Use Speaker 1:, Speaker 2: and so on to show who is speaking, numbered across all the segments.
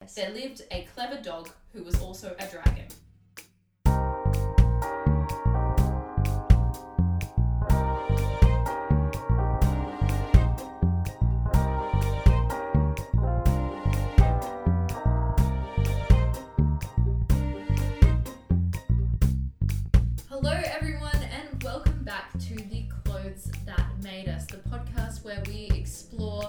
Speaker 1: Yes.
Speaker 2: There lived a clever dog who was also a dragon. Hello, everyone, and welcome back to The Clothes That Made Us, the podcast where we explore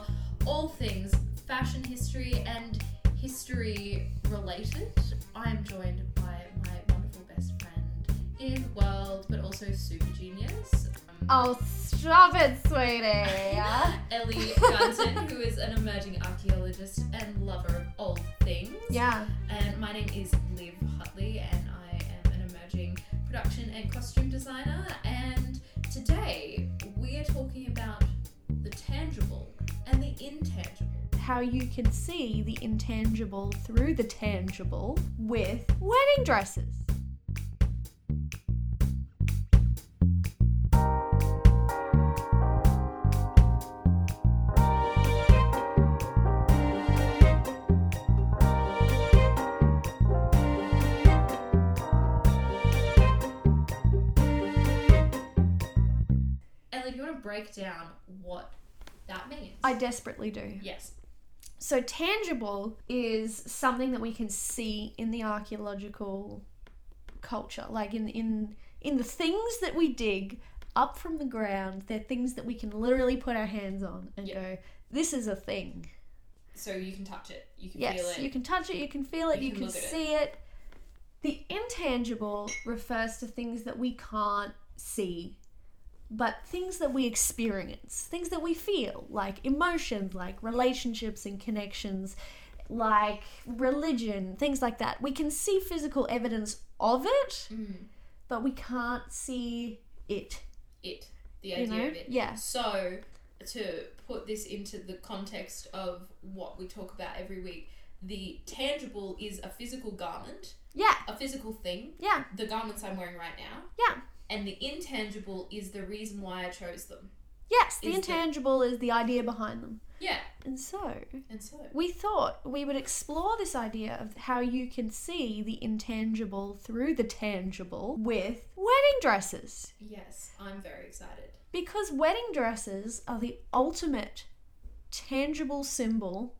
Speaker 2: all things fashion history and history related. I'm joined by my wonderful best friend in the world, but also super genius. um,
Speaker 1: Oh, stop it, sweetie.
Speaker 2: Ellie Gunton, who is an emerging archaeologist and lover of all things.
Speaker 1: yeah.
Speaker 2: And Um, my name is Liv Hutley, and I am an emerging production and costume designer. And today we are talking about the tangible and the intangible.
Speaker 1: How you can see the intangible through the tangible with wedding dresses.
Speaker 2: Ellie, do you want to break down what that means?
Speaker 1: I desperately do.
Speaker 2: yes.
Speaker 1: So, tangible is something that we can see in the archaeological culture, like in, in, in the things that we dig up from the ground. They're things that we can literally put our hands on and
Speaker 2: Yeah.
Speaker 1: go, this is a thing.
Speaker 2: So you can touch it, you can feel
Speaker 1: Yes,
Speaker 2: it.
Speaker 1: you can touch it, you can feel it,
Speaker 2: You
Speaker 1: you,
Speaker 2: can
Speaker 1: can,
Speaker 2: look at it.
Speaker 1: see it. The intangible refers to things that we can't see, but things that we experience, things that we feel, like emotions, like relationships and connections, like religion, things like that. We can see physical evidence of it,
Speaker 2: Mm,
Speaker 1: but we can't see it.
Speaker 2: it, the
Speaker 1: you
Speaker 2: idea
Speaker 1: know?
Speaker 2: of it.
Speaker 1: Yeah.
Speaker 2: So, to put this into the context of what we talk about every week, the tangible is a physical garment,
Speaker 1: Yeah.
Speaker 2: a physical thing,
Speaker 1: Yeah.
Speaker 2: the garments I'm wearing right now.
Speaker 1: Yeah.
Speaker 2: And the intangible is the reason why I chose them.
Speaker 1: Yes, the
Speaker 2: Is the-
Speaker 1: intangible is the idea behind them.
Speaker 2: Yeah.
Speaker 1: And so,
Speaker 2: And so,
Speaker 1: we thought we would explore this idea of how you can see the intangible through the tangible with wedding dresses.
Speaker 2: yes, I'm very excited.
Speaker 1: Because wedding dresses are the ultimate tangible symbol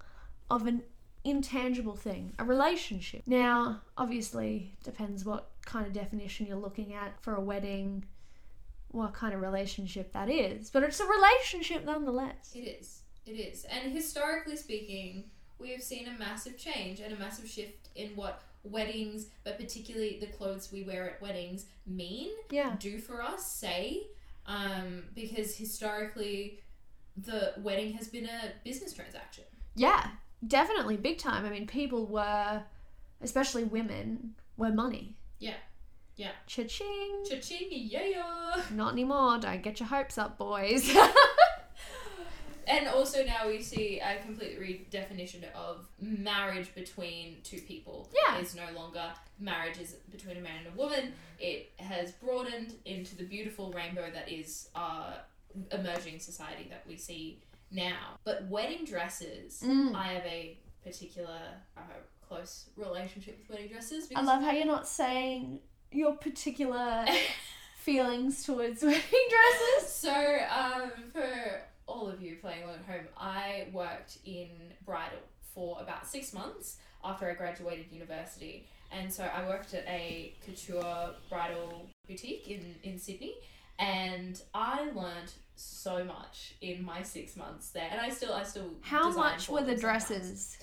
Speaker 1: of an intangible thing, a relationship. Now, obviously, depends what kind of definition you're looking at for a wedding, what kind of relationship that is, but it's a relationship nonetheless.
Speaker 2: It is. It is. And historically speaking, we have seen a massive change and a massive shift in what weddings, but particularly the clothes we wear at weddings, mean,
Speaker 1: Yeah.
Speaker 2: do for us, say, um, because historically, the wedding has been a business transaction.
Speaker 1: Yeah, definitely big time. I mean, people were, especially women, were money.
Speaker 2: Yeah. Yeah.
Speaker 1: Cha-ching.
Speaker 2: Cha-ching, yeah.
Speaker 1: Not anymore. Don't get your hopes up, boys.
Speaker 2: And also now we see a complete redefinition of marriage between two people.
Speaker 1: Yeah.
Speaker 2: Is no longer marriage is between a man and a woman. It has broadened into the beautiful rainbow that is our emerging society that we see now. But wedding dresses,
Speaker 1: Mm.
Speaker 2: I have a particular uh, close relationship with wedding dresses.
Speaker 1: I
Speaker 2: Because
Speaker 1: love how you're not saying your particular feelings towards wedding dresses.
Speaker 2: So, um, for all of you playing along at home, I worked in bridal for about six months after I graduated university. And so I worked at a couture bridal boutique in, in Sydney, and I learned so much in my six months there. And I still, I still.
Speaker 1: How
Speaker 2: design
Speaker 1: much
Speaker 2: for
Speaker 1: were the
Speaker 2: them sometimes.
Speaker 1: dresses?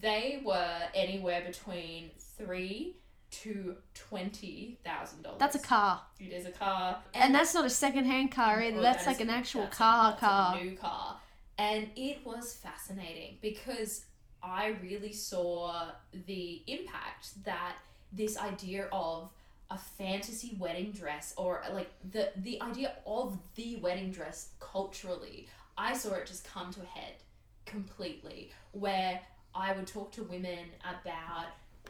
Speaker 2: They were anywhere between three to twenty thousand dollars.
Speaker 1: That's a car.
Speaker 2: It is a car,
Speaker 1: And that's not a second-hand car either.
Speaker 2: Oh,
Speaker 1: that's
Speaker 2: that
Speaker 1: like
Speaker 2: is-
Speaker 1: an actual
Speaker 2: that's a-
Speaker 1: car
Speaker 2: that's a
Speaker 1: car.
Speaker 2: new car. And it was fascinating because I really saw the impact that this idea of a fantasy wedding dress or like the the idea of the wedding dress culturally, I saw it just come to a head completely where I would talk to women about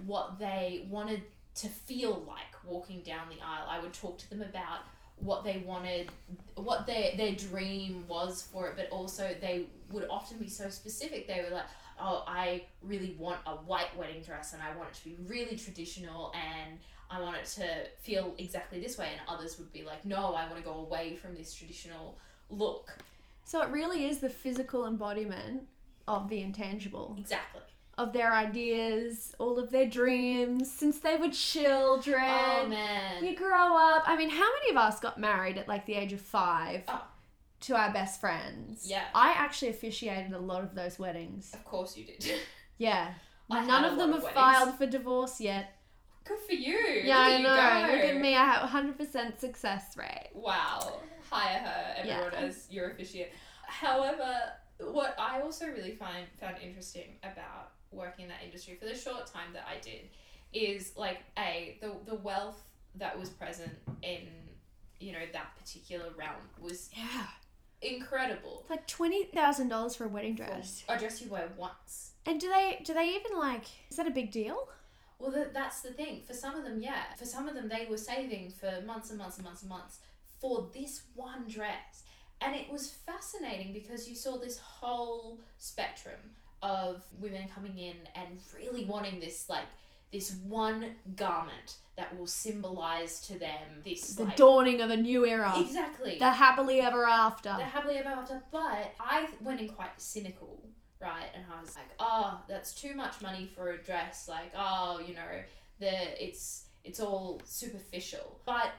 Speaker 2: what they wanted to feel like walking down the aisle. I would talk to them about what they wanted, what their their dream was for it, but also they would often be so specific. They were like, oh, I really want a white wedding dress and I want it to be really traditional and I want it to feel exactly this way. And others would be like, no, I want to go away from this traditional look.
Speaker 1: So it really is the physical embodiment of the intangible,
Speaker 2: Exactly.
Speaker 1: of their ideas, all of their dreams since they were children.
Speaker 2: Oh, man.
Speaker 1: You grow up. I mean, how many of us got married at like the age of five
Speaker 2: Oh.
Speaker 1: to our best friends?
Speaker 2: Yeah.
Speaker 1: I actually officiated a lot of those weddings.
Speaker 2: Of course you did.
Speaker 1: Yeah.
Speaker 2: I had
Speaker 1: None
Speaker 2: a
Speaker 1: of
Speaker 2: lot
Speaker 1: them
Speaker 2: of
Speaker 1: have
Speaker 2: weddings.
Speaker 1: filed for divorce yet.
Speaker 2: Good for you.
Speaker 1: yeah,
Speaker 2: Look
Speaker 1: I
Speaker 2: at you
Speaker 1: know.
Speaker 2: go.
Speaker 1: Look at me. I have 100% success rate.
Speaker 2: Wow. Hire her,
Speaker 1: Yeah.
Speaker 2: everyone, as your officiant. However, what I also really find found interesting about working in that industry for the short time that I did is like a the the wealth that was present in you know that particular realm was
Speaker 1: Yeah.
Speaker 2: incredible.
Speaker 1: It's like $20,000 for a wedding dress.
Speaker 2: A dress you wear once.
Speaker 1: And do they do they even like is that a big deal?
Speaker 2: Well, th- that's the thing. For some of them, yeah. For some of them, they were saving for months and months and months and months for this one dress. And it was fascinating because you saw this whole spectrum of women coming in and really wanting this, like, this one garment that will symbolize to them this,
Speaker 1: The
Speaker 2: like,
Speaker 1: dawning of a new era.
Speaker 2: exactly
Speaker 1: The happily ever after.
Speaker 2: the happily ever after. But I went in quite cynical, right? And I was like, oh, that's too much money for a dress. Like, oh, you know, the it's it's all superficial. But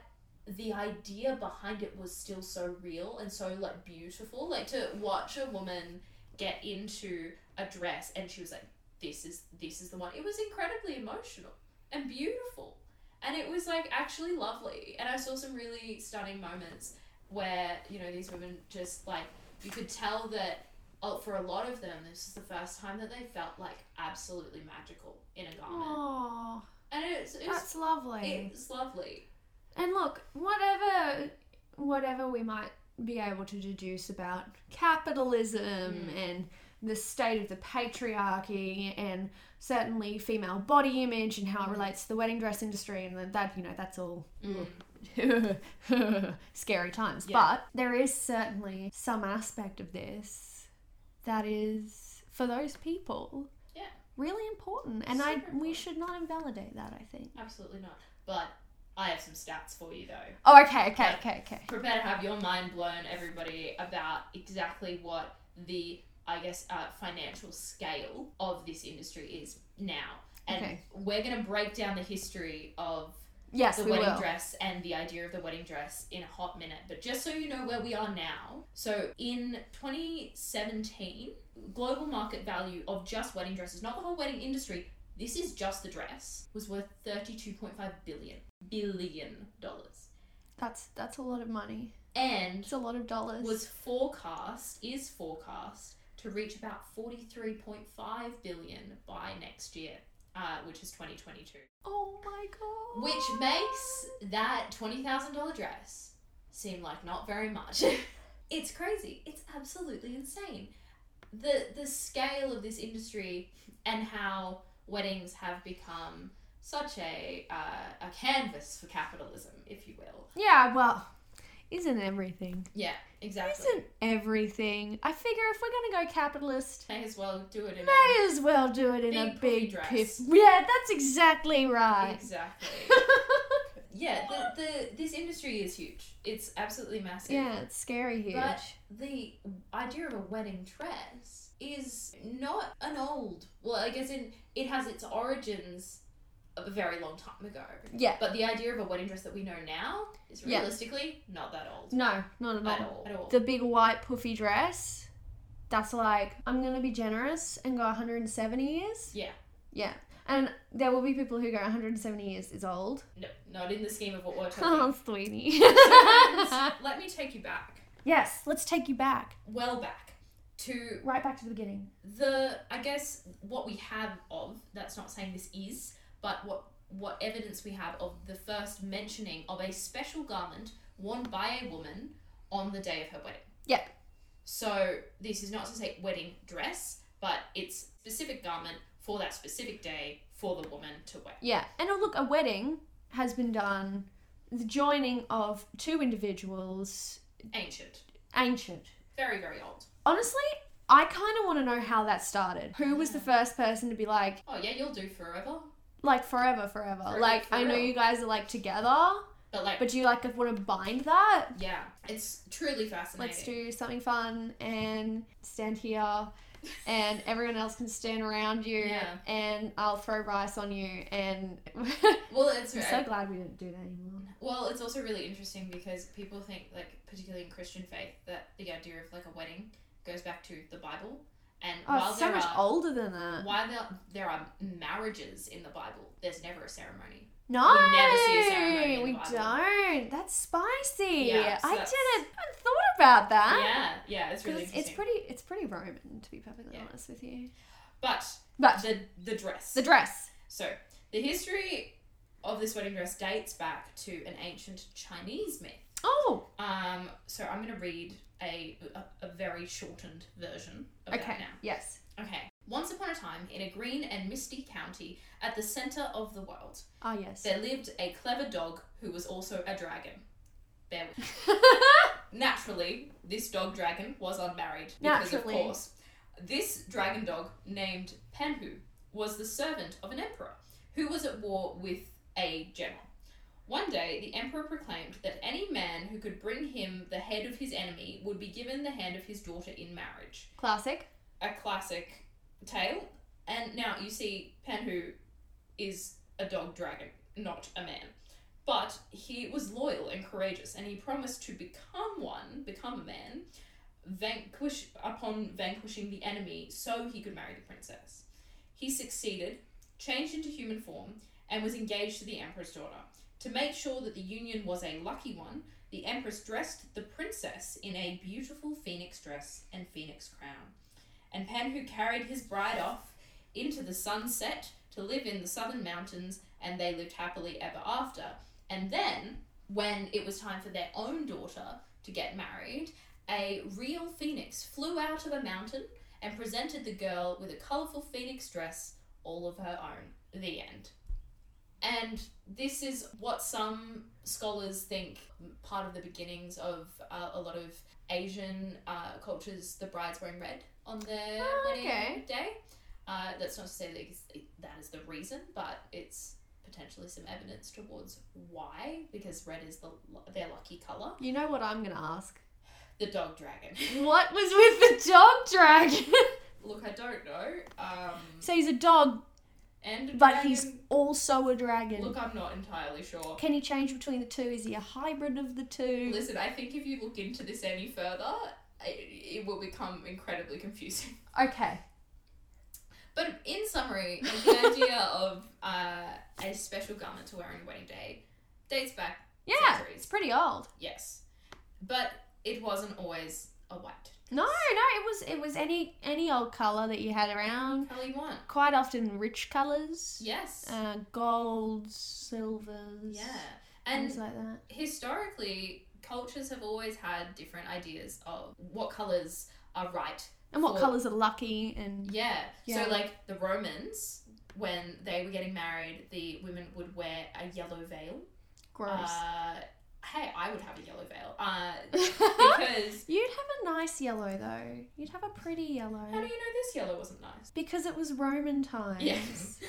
Speaker 2: the idea behind it was still so real and so like beautiful. Like to watch a woman get into a dress and she was like, this is this is the one. It was incredibly emotional and beautiful. And it was like actually lovely. And I saw some really stunning moments where you know these women just like you could tell that uh, for a lot of them this is the first time that they felt like absolutely magical in a garment
Speaker 1: Oh,
Speaker 2: and it's it's
Speaker 1: that's lovely.
Speaker 2: it's lovely
Speaker 1: And look, whatever whatever we might be able to deduce about capitalism
Speaker 2: Mm.
Speaker 1: and the state of the patriarchy and certainly female body image and how it
Speaker 2: Mm.
Speaker 1: relates to the wedding dress industry and that you know that's all
Speaker 2: Mm.
Speaker 1: scary times.
Speaker 2: Yeah.
Speaker 1: But there is certainly some aspect of this that is for those people.
Speaker 2: Yeah.
Speaker 1: Really important, and I
Speaker 2: Super
Speaker 1: we
Speaker 2: important.
Speaker 1: should not invalidate that. I think.
Speaker 2: absolutely not but i have some stats for you though
Speaker 1: Oh, okay, okay,
Speaker 2: Yeah.
Speaker 1: okay, okay.
Speaker 2: prepare to have your mind blown everybody about exactly what the i guess uh, financial scale of this industry is now and
Speaker 1: Okay.
Speaker 2: we're going to break down the history of
Speaker 1: Yes,
Speaker 2: the
Speaker 1: we
Speaker 2: wedding
Speaker 1: will.
Speaker 2: dress and the idea of the wedding dress in a hot minute. But just so you know where we are now, so in 2017, global market value of just wedding dresses, not the whole wedding industry, this is just the dress, was worth 32.5 billion billion dollars.
Speaker 1: That's that's a lot of money.
Speaker 2: And
Speaker 1: It's a lot of dollars.
Speaker 2: was forecast is forecast to reach about 43.5 billion by next year, uh, which is 2022.
Speaker 1: oh my god.
Speaker 2: Which makes that $20,000 dress seem like not very much. it's crazy. It's absolutely insane. The the scale of this industry and how weddings have become such a uh, a canvas for capitalism, if you will.
Speaker 1: yeah. Well, isn't everything?
Speaker 2: Yeah, exactly.
Speaker 1: Isn't everything? I figure if we're gonna go capitalist,
Speaker 2: May as well do it in a
Speaker 1: May as well do it in a
Speaker 2: Big pretty
Speaker 1: big
Speaker 2: dress.
Speaker 1: piff. Yeah, that's exactly right.
Speaker 2: exactly. yeah, the, the this industry is huge. It's absolutely massive.
Speaker 1: yeah, it's scary huge.
Speaker 2: But the idea of a wedding dress is not an old. Well, I guess in it has its origins of a very long time ago.
Speaker 1: yeah.
Speaker 2: But the idea of a wedding dress that we know now is
Speaker 1: Yeah.
Speaker 2: realistically not that old
Speaker 1: No, not at
Speaker 2: at
Speaker 1: all.
Speaker 2: all. At all.
Speaker 1: The big white puffy dress. That's like I'm gonna be generous and go 170 years.
Speaker 2: yeah,
Speaker 1: Yeah. And there will be people who go 170 years is old.
Speaker 2: no, not in the scheme of what we're talking.
Speaker 1: Oh, sweetie.
Speaker 2: about. Let me take you back,
Speaker 1: yes, let's take you back,
Speaker 2: well back, to
Speaker 1: right back to the beginning.
Speaker 2: the I guess what we have of that's not saying this is, but what what evidence we have of the first mentioning of a special garment worn by a woman on the day of her wedding.
Speaker 1: Yep.
Speaker 2: So this is not to say wedding dress, but it's specific garment for that specific day for the woman to wear.
Speaker 1: Yeah. And oh, look, a wedding has been done. The joining of two individuals,
Speaker 2: Ancient,
Speaker 1: ancient.
Speaker 2: very very old.
Speaker 1: Honestly, I kind of want to know how that started. Who was the first person to be like,
Speaker 2: Oh yeah, you'll do forever.
Speaker 1: like forever, forever?
Speaker 2: For-
Speaker 1: like,
Speaker 2: for
Speaker 1: I know
Speaker 2: real.
Speaker 1: you guys are like together,
Speaker 2: But like,
Speaker 1: but do you like want to bind that?
Speaker 2: yeah, it's truly fascinating.
Speaker 1: Let's do something fun and stand here, and everyone else can stand around you,
Speaker 2: Yeah.
Speaker 1: and I'll throw rice on you. And I'm
Speaker 2: Well, it's
Speaker 1: so glad we didn't do that anymore.
Speaker 2: well, it's also really interesting because people think, like particularly in Christian faith, that the idea of like a wedding goes back to the Bible. And
Speaker 1: Oh,
Speaker 2: while
Speaker 1: it's so
Speaker 2: there
Speaker 1: much
Speaker 2: are
Speaker 1: older than that.
Speaker 2: while there, there are marriages in the Bible, there's never a ceremony.
Speaker 1: No,
Speaker 2: We never see a ceremony in the
Speaker 1: we
Speaker 2: Bible.
Speaker 1: don't. That's spicy.
Speaker 2: Yeah, so
Speaker 1: I
Speaker 2: that's-
Speaker 1: didn't. I hadn't thought about that.
Speaker 2: yeah, yeah, it's
Speaker 1: 'Cause
Speaker 2: really
Speaker 1: it's,
Speaker 2: interesting.
Speaker 1: Ah. it's pretty. It's pretty Roman, to be perfectly
Speaker 2: Yeah.
Speaker 1: honest with you.
Speaker 2: but
Speaker 1: But
Speaker 2: the the dress.
Speaker 1: the dress.
Speaker 2: so the history of this wedding dress dates back to an ancient Chinese myth.
Speaker 1: Oh,
Speaker 2: Um, so I'm going to read a, a, a very shortened version of
Speaker 1: okay.
Speaker 2: that now.
Speaker 1: Yes.
Speaker 2: Okay. Once upon a time, in a green and misty county at the center of the world,
Speaker 1: Ah, yes.
Speaker 2: there lived a clever dog who was also a dragon. Bear with me. Naturally, this dog dragon was unmarried. Because,
Speaker 1: Naturally.
Speaker 2: of course, this dragon dog named Penhu was the servant of an emperor who was at war with a general. One day, the emperor proclaimed that any man who could bring him the head of his enemy would be given the hand of his daughter in marriage
Speaker 1: Classic.
Speaker 2: a classic tale. And now you see Panhu is a dog dragon, not a man. But he was loyal and courageous, and he promised to become one, become a man, vanquish upon vanquishing the enemy, so he could marry the princess. He succeeded, changed into human form, and was engaged to the emperor's daughter. To make sure that the union was a lucky one, the empress dressed the princess in a beautiful phoenix dress and phoenix crown and Panhu carried his bride off into the sunset to live in the southern mountains, and they lived happily ever after. And then, when it was time for their own daughter to get married, a real phoenix flew out of a mountain and presented the girl with a colourful phoenix dress, all of her own. The end. And this is what some scholars think part of the beginnings of uh, a lot of Asian uh, cultures, the brides wearing red on their
Speaker 1: Oh,
Speaker 2: wedding
Speaker 1: okay.
Speaker 2: day. Uh, that's not to say that it's- that is the reason, but it's potentially some evidence towards why, because red is the, their lucky color.
Speaker 1: You know what I'm gonna ask?
Speaker 2: The dog dragon.
Speaker 1: What was with the dog dragon?
Speaker 2: Look, I don't know. Um,
Speaker 1: so he's a dog,
Speaker 2: and a
Speaker 1: but he's
Speaker 2: dragon-
Speaker 1: also a dragon.
Speaker 2: Look, I'm not entirely sure.
Speaker 1: Can he change between the two? Is he a hybrid of the two?
Speaker 2: Listen, I think if you look into this any further, it, it will become incredibly confusing.
Speaker 1: Okay.
Speaker 2: But in summary, like, the idea of uh, a special garment to wear on your wedding day dates back
Speaker 1: Yeah,
Speaker 2: centuries.
Speaker 1: it's pretty old.
Speaker 2: Yes, but it wasn't always a white.
Speaker 1: No, no, it was it was any any old color that you had around.
Speaker 2: How you want?
Speaker 1: quite often rich colors.
Speaker 2: Yes.
Speaker 1: Uh, golds, silvers.
Speaker 2: yeah, and
Speaker 1: things like that.
Speaker 2: historically, cultures have always had different ideas of what colors are right
Speaker 1: And what
Speaker 2: for-
Speaker 1: colors are lucky and
Speaker 2: Yeah.
Speaker 1: Yeah.
Speaker 2: So like the Romans, when they were getting married, the women would wear a yellow veil.
Speaker 1: gross.
Speaker 2: Uh, hey, I would have a yellow veil. Uh, because
Speaker 1: You'd have a nice yellow though. You'd have a pretty
Speaker 2: how do
Speaker 1: yellow
Speaker 2: you know this yellow wasn't nice?
Speaker 1: because it was Roman times.
Speaker 2: Yes.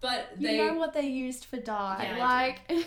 Speaker 2: But
Speaker 1: You
Speaker 2: they
Speaker 1: know what they used for dye,
Speaker 2: Yeah, I
Speaker 1: like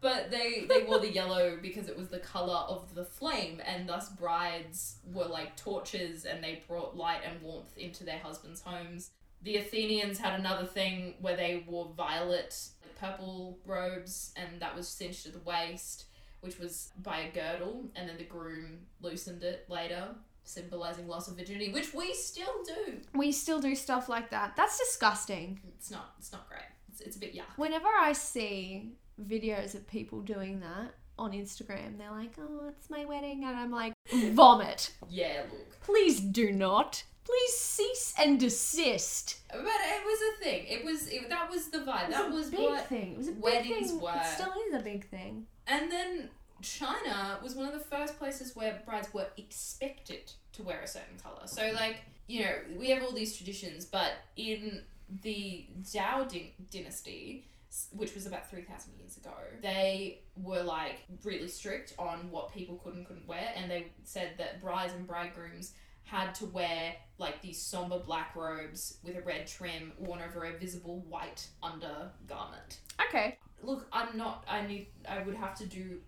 Speaker 2: but they they wore the yellow because it was the color of the flame and thus brides were like torches and they brought light and warmth into their husbands' homes. The Athenians had another thing where they wore violet purple robes and that was cinched at the waist, which was by a girdle and then the groom loosened it later, symbolizing loss of virginity, which we still do.
Speaker 1: we still do stuff like that. That's disgusting.
Speaker 2: It's not it's not great. It's, it's a bit yuck.
Speaker 1: Whenever I see videos of people doing that on Instagram, they're like, "Oh, it's my wedding," and I'm like, "Vomit."
Speaker 2: Yeah, look.
Speaker 1: Please do not. Please cease and desist.
Speaker 2: But it was a thing. It was it, that was the vibe.
Speaker 1: It
Speaker 2: That
Speaker 1: was
Speaker 2: was
Speaker 1: a big
Speaker 2: what.
Speaker 1: thing. It was a big
Speaker 2: weddings
Speaker 1: thing.
Speaker 2: were.
Speaker 1: It still is a big thing.
Speaker 2: And then China was one of the first places where brides were expected to wear a certain color. So like you know we have all these traditions, but in the Zhao din- dynasty, s- which was about three thousand years ago, they were like really strict on what people could and couldn't wear, and they said that brides and bridegrooms had to wear like these somber black robes with a red trim worn over a visible white undergarment.
Speaker 1: Okay.
Speaker 2: Look, I'm not. I need. I would have to do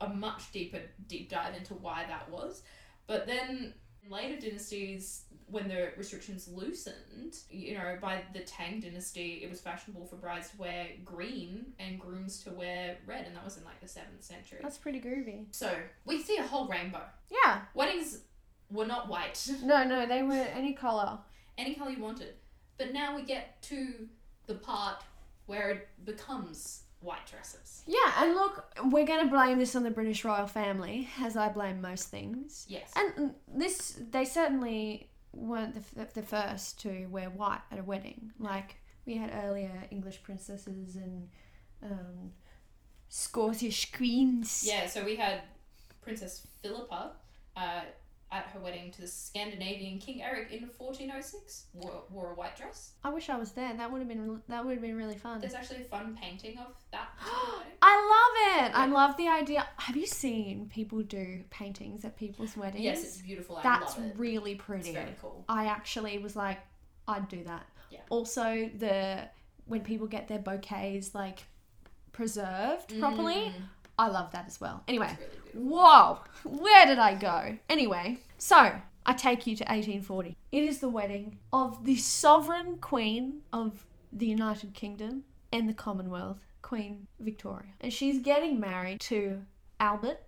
Speaker 2: a much deeper deep dive into why that was. But then in later dynasties, when the restrictions loosened, you know, by the Tang dynasty, it was fashionable for brides to wear green and grooms to wear red, and that was in like the seventh century.
Speaker 1: That's pretty groovy.
Speaker 2: So we see a whole rainbow.
Speaker 1: Yeah.
Speaker 2: Weddings were not white,
Speaker 1: No, no, they were any color.
Speaker 2: any color you wanted. But now we get to the part where it becomes white dresses.
Speaker 1: Yeah, and look, we're going to blame this on the British royal family, as I blame most things.
Speaker 2: Yes.
Speaker 1: And this, they certainly weren't the, f- the first to wear white at a wedding. Like we had earlier English princesses and um, Scottish queens.
Speaker 2: Yeah, so we had Princess Philippa uh, at her wedding to the Scandinavian King Eric in 1406 wore, wore a white dress.
Speaker 1: I wish I was there. That would have been that would have been really fun.
Speaker 2: There's actually a fun painting of that. particular wedding.
Speaker 1: I love it. I love the idea. Have you seen people do paintings at people's weddings?
Speaker 2: Yes, it's beautiful. I
Speaker 1: That's
Speaker 2: love it.
Speaker 1: really pretty.
Speaker 2: It's very cool.
Speaker 1: I actually was like, I'd do that.
Speaker 2: Yeah.
Speaker 1: Also, the when people get their bouquets like preserved properly, Mm.
Speaker 2: Mm,
Speaker 1: I love that as well. Anyway,
Speaker 2: it's really beautiful.
Speaker 1: whoa, where did I go? Anyway, so I take you to 1840. It is the wedding of the sovereign queen of the United Kingdom and the Commonwealth, Queen Victoria, and she's getting married to Albert,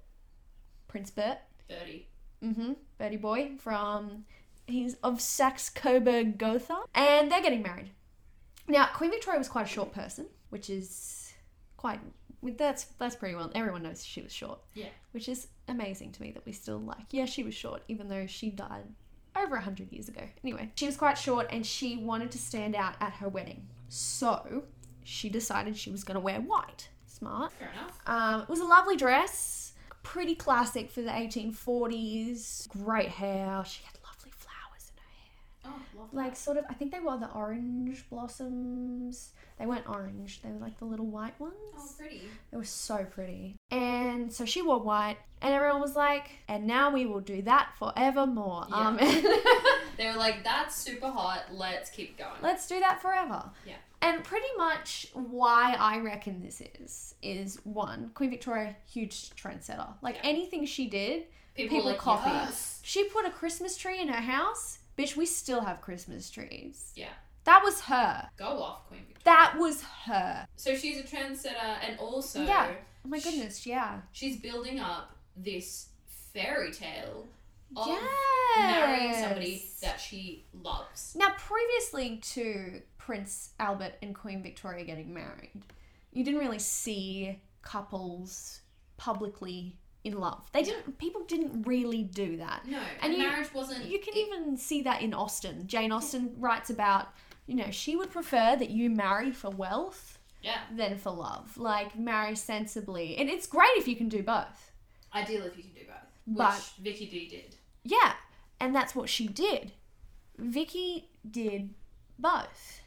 Speaker 1: Prince Bert.
Speaker 2: Birdie.
Speaker 1: Mm-hmm. Bertie Boy from he's of Saxe Coburg Gotha, and they're getting married. Now, Queen Victoria was quite a short person, which is quite that's that's pretty well everyone knows she was short.
Speaker 2: Yeah.
Speaker 1: Which is amazing to me that we still like. Yeah, she was short, even though she died over a hundred years ago. Anyway, she was quite short, and she wanted to stand out at her wedding, so she decided she was going to wear white. Smart.
Speaker 2: Fair enough.
Speaker 1: Um, it was a lovely dress, pretty classic for the 1840s. Great hair. She had lovely flowers in her hair.
Speaker 2: Oh, love
Speaker 1: Like, sort of, I think they were the orange blossoms. They weren't orange, they were like the little white ones.
Speaker 2: Oh, pretty.
Speaker 1: It was so pretty. And so she wore white, and everyone was like, and now we will do that forevermore.
Speaker 2: Yeah.
Speaker 1: Um,
Speaker 2: They were like, that's super hot. Let's keep going.
Speaker 1: Let's do that forever.
Speaker 2: Yeah.
Speaker 1: And pretty much why I reckon this is is one Queen Victoria huge trendsetter. Like
Speaker 2: Yeah.
Speaker 1: anything she did,
Speaker 2: People,
Speaker 1: people
Speaker 2: were like,
Speaker 1: copy.
Speaker 2: yes.
Speaker 1: she put a Christmas tree in her house. Bitch, we still have Christmas trees.
Speaker 2: Yeah.
Speaker 1: That was her.
Speaker 2: Go off, Queen Victoria.
Speaker 1: That was her.
Speaker 2: So she's a trendsetter and also
Speaker 1: Yeah. Oh my
Speaker 2: Sh-
Speaker 1: goodness, yeah.
Speaker 2: she's building up this fairy tale of
Speaker 1: yes.
Speaker 2: marrying somebody that she loves.
Speaker 1: Now, previously to Prince Albert and Queen Victoria getting married, you didn't really see couples publicly in love. They didn't. People didn't really do that.
Speaker 2: No, and
Speaker 1: And you-
Speaker 2: marriage wasn't.
Speaker 1: You can
Speaker 2: it-
Speaker 1: even see that in Austen. Jane Austen writes about, you know, she would prefer that you marry for wealth
Speaker 2: yeah,
Speaker 1: than for love. Like marry sensibly, and it's great if you can do both.
Speaker 2: ideal if you can do both, which
Speaker 1: But-
Speaker 2: Vicky D did.
Speaker 1: Yeah, and that's what she did. Vicky did both.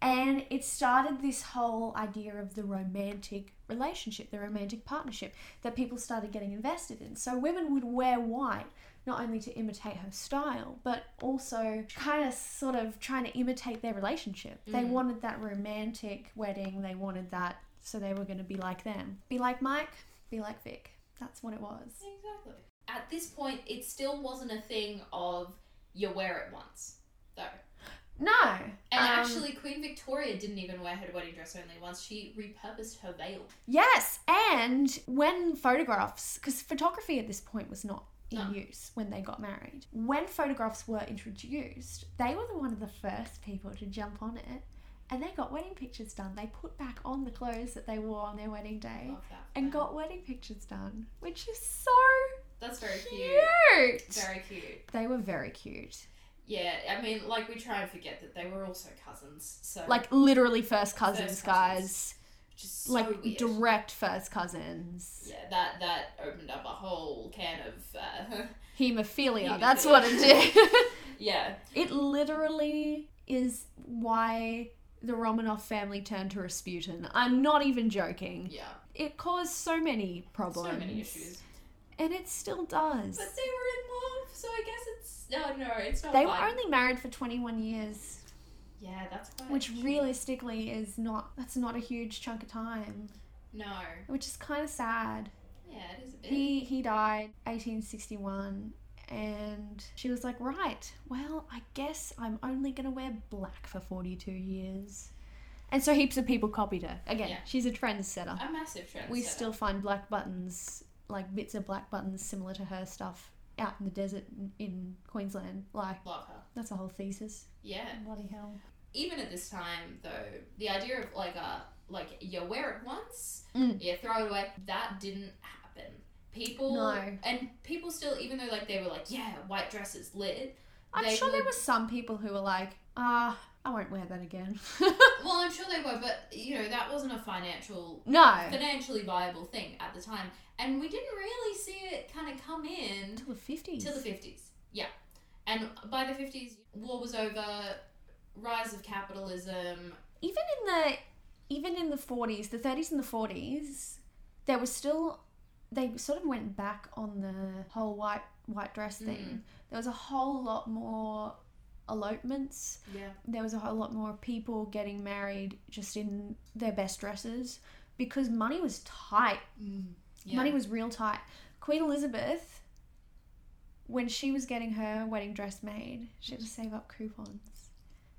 Speaker 1: And it started this whole idea of the romantic relationship, the romantic partnership that people started getting invested in. So women would wear white not only to imitate her style, but also kind of sort of trying to imitate their relationship. They
Speaker 2: Mm.
Speaker 1: wanted that romantic wedding, they wanted that, so they were going to be like them. Be like Mike, be like Vic. That's what it was.
Speaker 2: Exactly. At this point, it still wasn't a thing of you wear it once, though.
Speaker 1: No.
Speaker 2: And
Speaker 1: um,
Speaker 2: actually, Queen Victoria didn't even wear her wedding dress only once. She repurposed her veil.
Speaker 1: Yes, and when photographs, because photography at this point was not in
Speaker 2: No.
Speaker 1: use when they got married, when photographs were introduced, they were the, one of the first people to jump on it and they got wedding pictures done. They put back on the clothes that they wore on their wedding day
Speaker 2: Love that.
Speaker 1: and
Speaker 2: for them.
Speaker 1: got wedding pictures done, which is so
Speaker 2: That's very cute.
Speaker 1: cute.
Speaker 2: Very cute.
Speaker 1: They were very cute.
Speaker 2: Yeah, I mean, like we try and forget that they were also cousins. So
Speaker 1: Like literally first cousins,
Speaker 2: cousins.
Speaker 1: guys.
Speaker 2: which is so
Speaker 1: like
Speaker 2: weird.
Speaker 1: direct first cousins.
Speaker 2: Yeah, that that opened up a whole can of uh,
Speaker 1: Hemophilia,
Speaker 2: Hemophilia.
Speaker 1: that's what it did.
Speaker 2: yeah.
Speaker 1: It literally is why the Romanov family turned to Rasputin. I'm not even joking.
Speaker 2: Yeah,
Speaker 1: It caused so many problems.
Speaker 2: so many issues.
Speaker 1: And it still does.
Speaker 2: But they were in love, So I guess it's no, no, it's not.
Speaker 1: They were
Speaker 2: fun.
Speaker 1: only married for 21 years,
Speaker 2: yeah, that's quite
Speaker 1: which
Speaker 2: short.
Speaker 1: realistically is not, that's not a huge chunk of time,
Speaker 2: no,
Speaker 1: which is kind of sad.
Speaker 2: yeah, it is a bit.
Speaker 1: He, he died 1861 and she was like, right, well, I guess I'm only going to wear black for 42 years. And so heaps of people copied her. Again,
Speaker 2: Yeah.
Speaker 1: she's a trendsetter.
Speaker 2: a massive trend.
Speaker 1: we
Speaker 2: setter.
Speaker 1: still find black buttons, like bits of black buttons similar to her stuff out in the desert in- in Queensland. Like,
Speaker 2: love her.
Speaker 1: that's a whole thesis.
Speaker 2: Yeah.
Speaker 1: Bloody hell.
Speaker 2: Even at this time, though, the idea of like a like you wear it once,
Speaker 1: Mm.
Speaker 2: you throw it away, that didn't happen. People
Speaker 1: No.
Speaker 2: and people still, even though like they were like, yeah, white dresses lit.
Speaker 1: I'm
Speaker 2: They
Speaker 1: sure there
Speaker 2: would-
Speaker 1: were some people who were like, ah, I won't wear that again.
Speaker 2: Well, I'm sure they were, but you know that wasn't a financial
Speaker 1: no.
Speaker 2: financially viable thing at the time, and we didn't really see it kind of come in
Speaker 1: Until the 50s.
Speaker 2: till the fifties. Yeah, and by the fifties, war was over, rise of capitalism.
Speaker 1: even in the even in the 40s, the 30s and the 40s, there was still they sort of went back on the whole white white dress thing. There was a whole lot more elopements
Speaker 2: Yeah,
Speaker 1: there was a whole lot more people getting married just in their best dresses because money was tight.
Speaker 2: Mm. yeah.
Speaker 1: Money was real tight. Queen Elizabeth, when she was getting her wedding dress made, she had to save up coupons.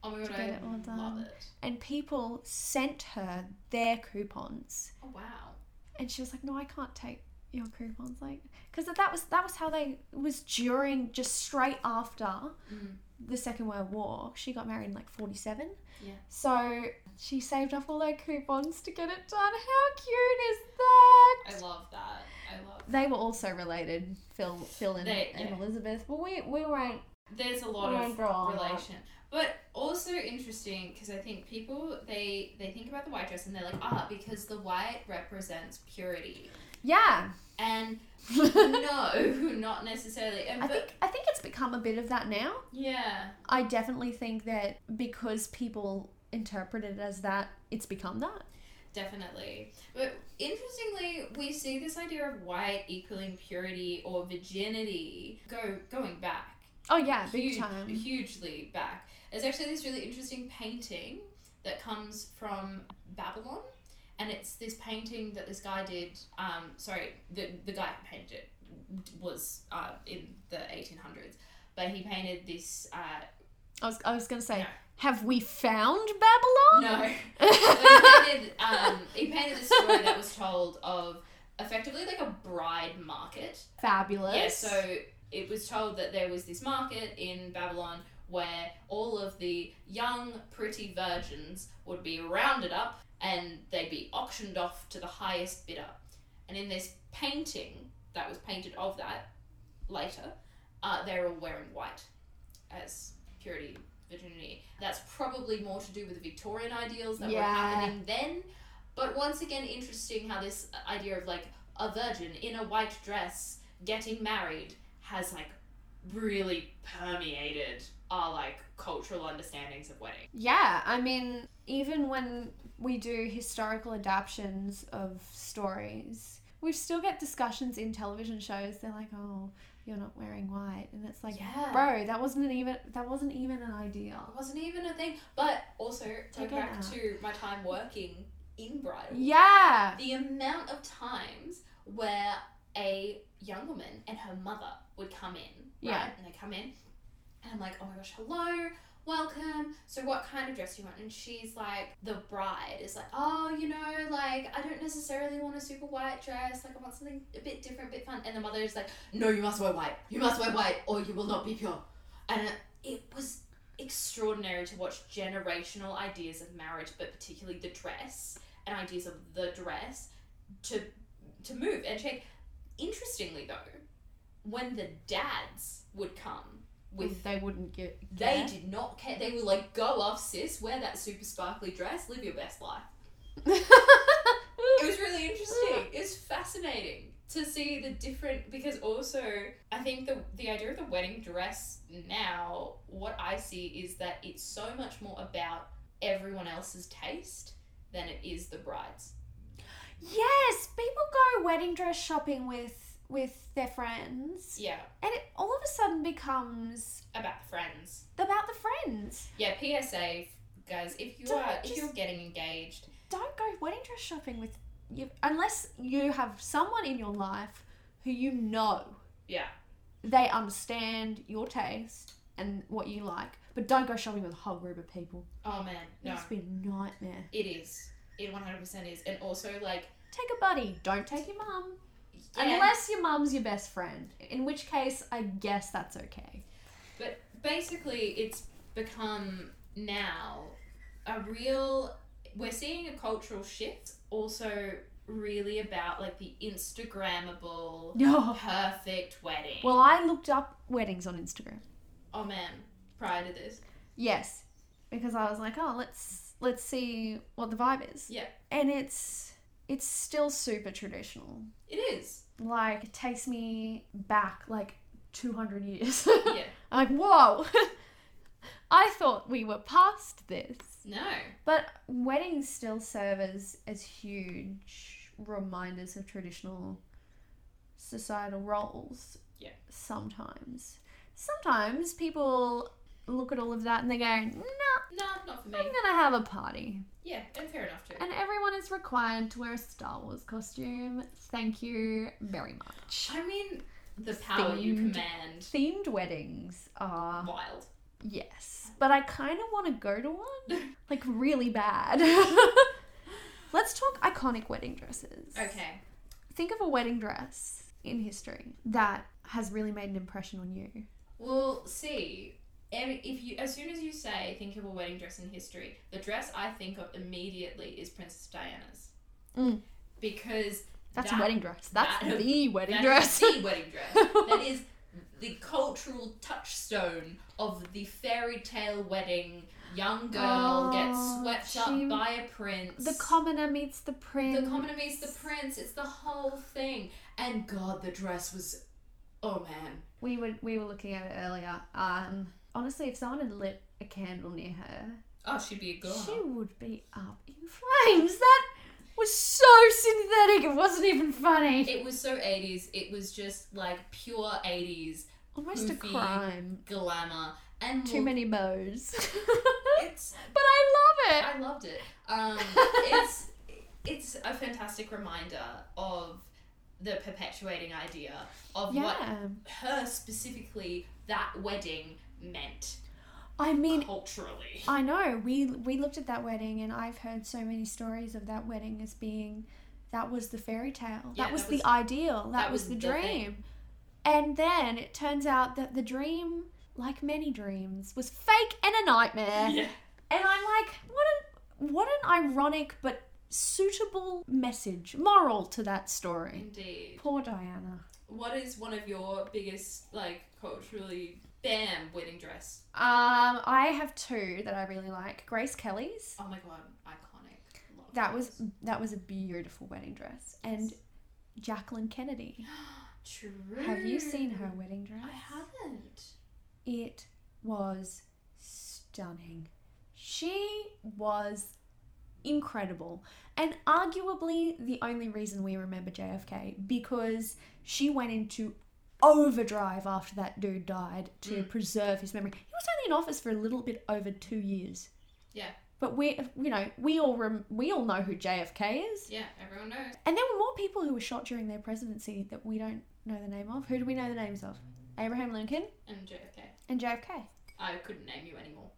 Speaker 2: oh my god,
Speaker 1: to
Speaker 2: I
Speaker 1: get it all
Speaker 2: love
Speaker 1: done.
Speaker 2: it.
Speaker 1: And people sent her their coupons.
Speaker 2: Oh wow.
Speaker 1: And she was like, No, I can't take your coupons. Like, because that was, that was how they, it was during, just straight after
Speaker 2: Mm.
Speaker 1: the Second World War. She got married in like 47.
Speaker 2: Yeah.
Speaker 1: So she saved up all her coupons to get it done. How cute is that?
Speaker 2: I love that. I love.
Speaker 1: they were also related, Phil, Phil and,
Speaker 2: They-
Speaker 1: and
Speaker 2: yeah.
Speaker 1: Elizabeth, but we, we weren't.
Speaker 2: There's a lot
Speaker 1: We're
Speaker 2: of
Speaker 1: drawn up.
Speaker 2: relation, but also interesting because I think people they they think about the white dress and they're like ah because the white represents purity
Speaker 1: Yeah.
Speaker 2: and
Speaker 1: I
Speaker 2: no not necessarily and but,
Speaker 1: think I think it's become a bit of that now.
Speaker 2: yeah
Speaker 1: I definitely think that because people interpret it as that, it's become that.
Speaker 2: definitely but interestingly we see this idea of white equaling purity or virginity go going back
Speaker 1: Oh yeah, big
Speaker 2: huge,
Speaker 1: time.
Speaker 2: hugely back. There's actually this really interesting painting that comes from Babylon, and it's this painting that this guy did. Um, sorry, the the guy who painted it was uh, in the 1800s, but he painted this. Uh,
Speaker 1: I was I was gonna say,
Speaker 2: No.
Speaker 1: have we found Babylon?
Speaker 2: no, he painted, um, he painted a story that was told of effectively like a bride market
Speaker 1: Fabulous.
Speaker 2: Yeah, so it was told that there was this market in Babylon where all of the young, pretty virgins would be rounded up and they'd be auctioned off to the highest bidder. And in this painting that was painted of that later, uh, they're all wearing white as purity, virginity. That's probably more to do with the Victorian ideals that were
Speaker 1: Yeah.
Speaker 2: happening then. But once again, interesting how this idea of like a virgin in a white dress getting married has like really permeated our like cultural understandings of wedding.
Speaker 1: Yeah, I mean, even when we do historical adaptions of stories, we still get discussions in television shows. They're like, "Oh, you're not wearing white," and it's like,
Speaker 2: Yeah.
Speaker 1: "Bro, that wasn't an even that wasn't even an idea."
Speaker 2: It wasn't even a thing. But also go
Speaker 1: Take it
Speaker 2: back
Speaker 1: out.
Speaker 2: to my time working in bridal.
Speaker 1: Yeah,
Speaker 2: The amount of times where a young woman and her mother would come in, right?
Speaker 1: Yeah.
Speaker 2: And they come in, and I'm like, oh my gosh, hello, welcome. So, what kind of dress do you want? And she's like, the bride is like, oh, you know, like, I don't necessarily want a super white dress. Like, I want something a bit different, a bit fun. And the mother is like, no, you must wear white. You must wear white, or you will not be pure. And it was extraordinary to watch generational ideas of marriage, but particularly the dress and ideas of the dress to to move and change. Interestingly, though, when the dads would come with
Speaker 1: they wouldn't get.
Speaker 2: they did not care. They were like, "Go off, sis. Wear that super sparkly dress. Live your best life." It was really interesting. It's fascinating to see the different because also I think the the idea of the wedding dress now, what I see is that it's so much more about everyone else's taste than it is the bride's.
Speaker 1: yes, people go wedding dress shopping with with their friends.
Speaker 2: Yeah,
Speaker 1: And it all of a sudden becomes
Speaker 2: about the friends.
Speaker 1: about the friends.
Speaker 2: Yeah, PSA, guys. If you
Speaker 1: Don't
Speaker 2: are if
Speaker 1: just-
Speaker 2: you're getting engaged,
Speaker 1: Don't go wedding dress shopping with you unless you have someone in your life who you know
Speaker 2: yeah,
Speaker 1: they understand your taste and what you like. But don't go shopping with a whole group of people.
Speaker 2: oh man, no,
Speaker 1: It's been a nightmare.
Speaker 2: it is. It one hundred percent is, and also like
Speaker 1: Take a buddy. Don't take your mum.
Speaker 2: yeah,
Speaker 1: Unless your mum's your best friend. In which case, I guess that's okay.
Speaker 2: But basically, it's become now a real. We're seeing a cultural shift, also really about like the Instagrammable
Speaker 1: No.
Speaker 2: perfect wedding.
Speaker 1: Well, I looked up weddings on Instagram.
Speaker 2: oh man, prior to this,
Speaker 1: Yes, because I was like, oh, let's let's see what the vibe is.
Speaker 2: Yeah.
Speaker 1: And it's it's still super traditional.
Speaker 2: it is.
Speaker 1: Like it takes me back like 200 years.
Speaker 2: Yeah,
Speaker 1: I'm like, whoa. I thought we were past this.
Speaker 2: no,
Speaker 1: But weddings still serve as, as huge reminders of traditional societal roles.
Speaker 2: Yeah.
Speaker 1: Sometimes. Sometimes people look at all of that and they go, no,
Speaker 2: no, not for me.
Speaker 1: I'm going to have a party.
Speaker 2: Yeah, and fair enough too.
Speaker 1: And everyone is required to wear a Star Wars costume. Thank you very much.
Speaker 2: I mean, the power you
Speaker 1: Themed.
Speaker 2: command,
Speaker 1: Themed weddings are.
Speaker 2: wild.
Speaker 1: Yes, but I kind of want to go to one, like really bad. Let's talk iconic wedding dresses.
Speaker 2: Okay,
Speaker 1: Think of a wedding dress in history that has really made an impression on you.
Speaker 2: Well, see, every, if you as soon as you say think of a wedding dress in history, the dress I think of immediately is Princess Diana's,
Speaker 1: Mm.
Speaker 2: because
Speaker 1: That's
Speaker 2: That-
Speaker 1: a wedding dress. That's
Speaker 2: that-
Speaker 1: the wedding
Speaker 2: that
Speaker 1: dress.
Speaker 2: is the wedding dress. that is the cultural touchstone of the fairy tale wedding. Young girl
Speaker 1: Oh,
Speaker 2: gets swept
Speaker 1: she-
Speaker 2: up by a prince.
Speaker 1: the commoner meets the prince.
Speaker 2: the commoner meets the prince. It's the whole thing, and God, the dress was, oh man,
Speaker 1: We were we were looking at it earlier. Um, honestly, if someone had lit a candle near her,
Speaker 2: oh she'd be a girl.
Speaker 1: she would be up in flames. That was so synthetic. It wasn't even funny.
Speaker 2: It was so 80s. It was just like pure 80s
Speaker 1: Almost a
Speaker 2: goofy.
Speaker 1: crime.
Speaker 2: glamour. And
Speaker 1: Too
Speaker 2: look,
Speaker 1: many bows.
Speaker 2: It's,
Speaker 1: but I love it.
Speaker 2: I loved it. Um, it's, it's a fantastic reminder of the perpetuating idea of
Speaker 1: yeah.
Speaker 2: what her specifically, that wedding, meant
Speaker 1: I mean,
Speaker 2: culturally.
Speaker 1: I know. We we looked at that wedding and I've heard so many stories of that wedding as being that was the fairy tale.
Speaker 2: Yeah,
Speaker 1: that was
Speaker 2: that
Speaker 1: the
Speaker 2: was-
Speaker 1: ideal. That,
Speaker 2: that
Speaker 1: was,
Speaker 2: was
Speaker 1: the
Speaker 2: the thing.
Speaker 1: dream. And then it turns out that the dream, like many dreams, was fake and a nightmare.
Speaker 2: Yeah.
Speaker 1: And I'm like, what an what an ironic but suitable message, moral to that story.
Speaker 2: Indeed.
Speaker 1: Poor Diana.
Speaker 2: What is one of your biggest, like, culturally, bam, wedding dress?
Speaker 1: Um, I have two that I really like. Grace Kelly's.
Speaker 2: Oh my god, iconic. Love
Speaker 1: That
Speaker 2: this.
Speaker 1: was that was a beautiful wedding dress. And Jacqueline Kennedy.
Speaker 2: True.
Speaker 1: Have you seen her wedding dress?
Speaker 2: Mm. I haven't.
Speaker 1: It was stunning. She was incredible and arguably the only reason we remember JFK because she went into overdrive after that dude died to
Speaker 2: Mm.
Speaker 1: preserve his memory. He was only in office for a little bit over 2 years.
Speaker 2: Yeah.
Speaker 1: But we you know, we all rem- we all know who JFK is.
Speaker 2: Yeah, everyone knows.
Speaker 1: And there were more people who were shot during their presidency that we don't know the name of. Who do we know the names of? Abraham Lincoln
Speaker 2: And JFK.
Speaker 1: and JFK.
Speaker 2: I couldn't name you anymore.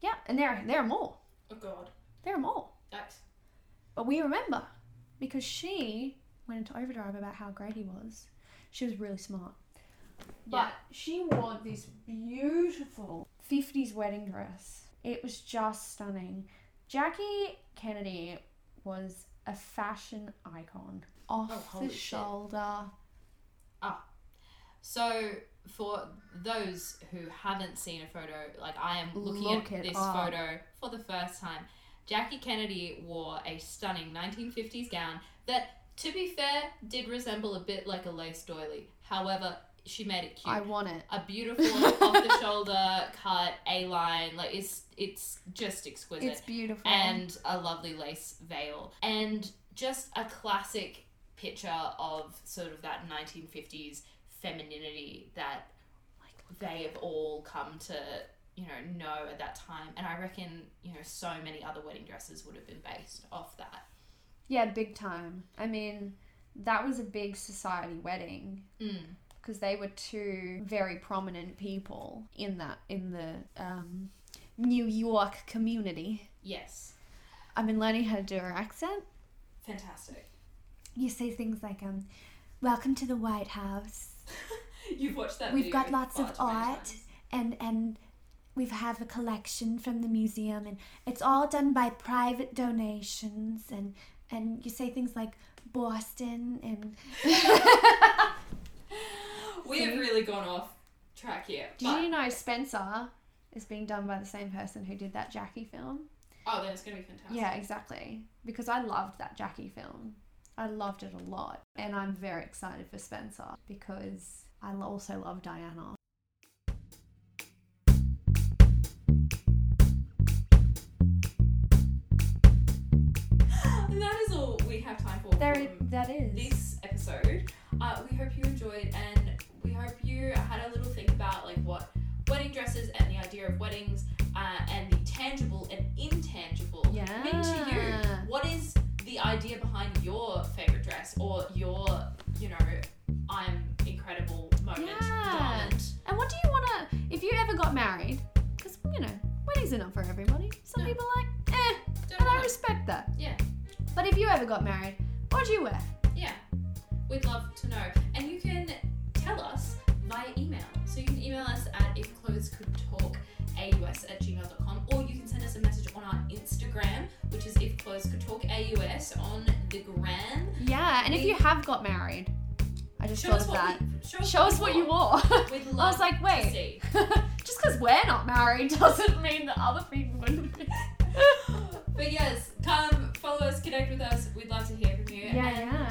Speaker 1: Yeah, and there there are more.
Speaker 2: Oh god.
Speaker 1: There are more.
Speaker 2: That's
Speaker 1: But we remember because she went into overdrive about how great he was. She was really smart. But
Speaker 2: Yeah.
Speaker 1: she wore this beautiful 50s wedding dress. It was just stunning. Jackie Kennedy was a fashion icon. Off
Speaker 2: Oh, holy
Speaker 1: the
Speaker 2: shit.
Speaker 1: shoulder.
Speaker 2: so for those who haven't seen a photo, like I am looking
Speaker 1: Look
Speaker 2: at
Speaker 1: it
Speaker 2: this
Speaker 1: up.
Speaker 2: photo for the first time. Jackie Kennedy wore a stunning 1950s gown that, to be fair, did resemble a bit like a lace doily. However, she made it cute.
Speaker 1: I want it.
Speaker 2: a beautiful off the shoulder cut A line. Like it's it's just exquisite. Mm-hmm.
Speaker 1: It's beautiful.
Speaker 2: and a lovely lace veil. And just a classic picture of sort of that 1950s femininity that they have all come to you know know at that time and i reckon you know so many other wedding dresses would have been based off that
Speaker 1: Yeah, big time. I mean, that was a big society wedding
Speaker 2: mm.
Speaker 1: because they were two very prominent people in that in the um, New York community.
Speaker 2: yes
Speaker 1: I've been learning how to do her accent.
Speaker 2: fantastic
Speaker 1: You say things like, um, "Welcome to the White House,"
Speaker 2: you've watched that
Speaker 1: We've
Speaker 2: video
Speaker 1: got lots of
Speaker 2: far too many
Speaker 1: art.
Speaker 2: times.
Speaker 1: and and we have a collection from the museum, and it's all done by private donations. And and you say things like Boston and.
Speaker 2: we have really gone off track here
Speaker 1: Did
Speaker 2: but,
Speaker 1: you know Spencer is being done by the same person who did that Jackie film?
Speaker 2: oh then it's gonna be fantastic
Speaker 1: Yeah, exactly. Because I loved that Jackie film. I loved it a lot. And I'm very excited for Spencer because I l- also love Diana.
Speaker 2: And that is all we have time for
Speaker 1: There,
Speaker 2: from
Speaker 1: that is.
Speaker 2: this episode. Uh, we hope you enjoyed, and we hope you had a little think about like what wedding dresses and the idea of weddings uh, and the tangible and intangible
Speaker 1: Yeah.
Speaker 2: mean to you. What is the idea behind your favorite dress or your, you know, I'm incredible moment?
Speaker 1: Yeah.
Speaker 2: Garment?
Speaker 1: And what do you want to, if you ever got married, because, you know, weddings are not for everybody. Some
Speaker 2: No.
Speaker 1: people are like, eh,
Speaker 2: Don't
Speaker 1: and I
Speaker 2: know.
Speaker 1: respect that.
Speaker 2: Yeah.
Speaker 1: But if you ever got married, what do you wear?
Speaker 2: Yeah, we'd love to know. And you can tell us via email. So you can email us at ifclothescouldtalk, AUS at gmail.com, or you can send us a message on our Instagram, which is if clothes could talk AUS on the gram.
Speaker 1: Yeah, and if
Speaker 2: We-
Speaker 1: you have got married, I just
Speaker 2: Show
Speaker 1: thought
Speaker 2: us,
Speaker 1: of
Speaker 2: what
Speaker 1: that.
Speaker 2: we, show,
Speaker 1: Show us what you wore.
Speaker 2: We'd
Speaker 1: I
Speaker 2: love
Speaker 1: was like,
Speaker 2: to
Speaker 1: wait,
Speaker 2: see.
Speaker 1: just because we're not married doesn't mean that other people wouldn't be.
Speaker 2: But yes, come follow us, connect with us. We'd love to hear from you.
Speaker 1: Yeah,
Speaker 2: and uh,
Speaker 1: yeah.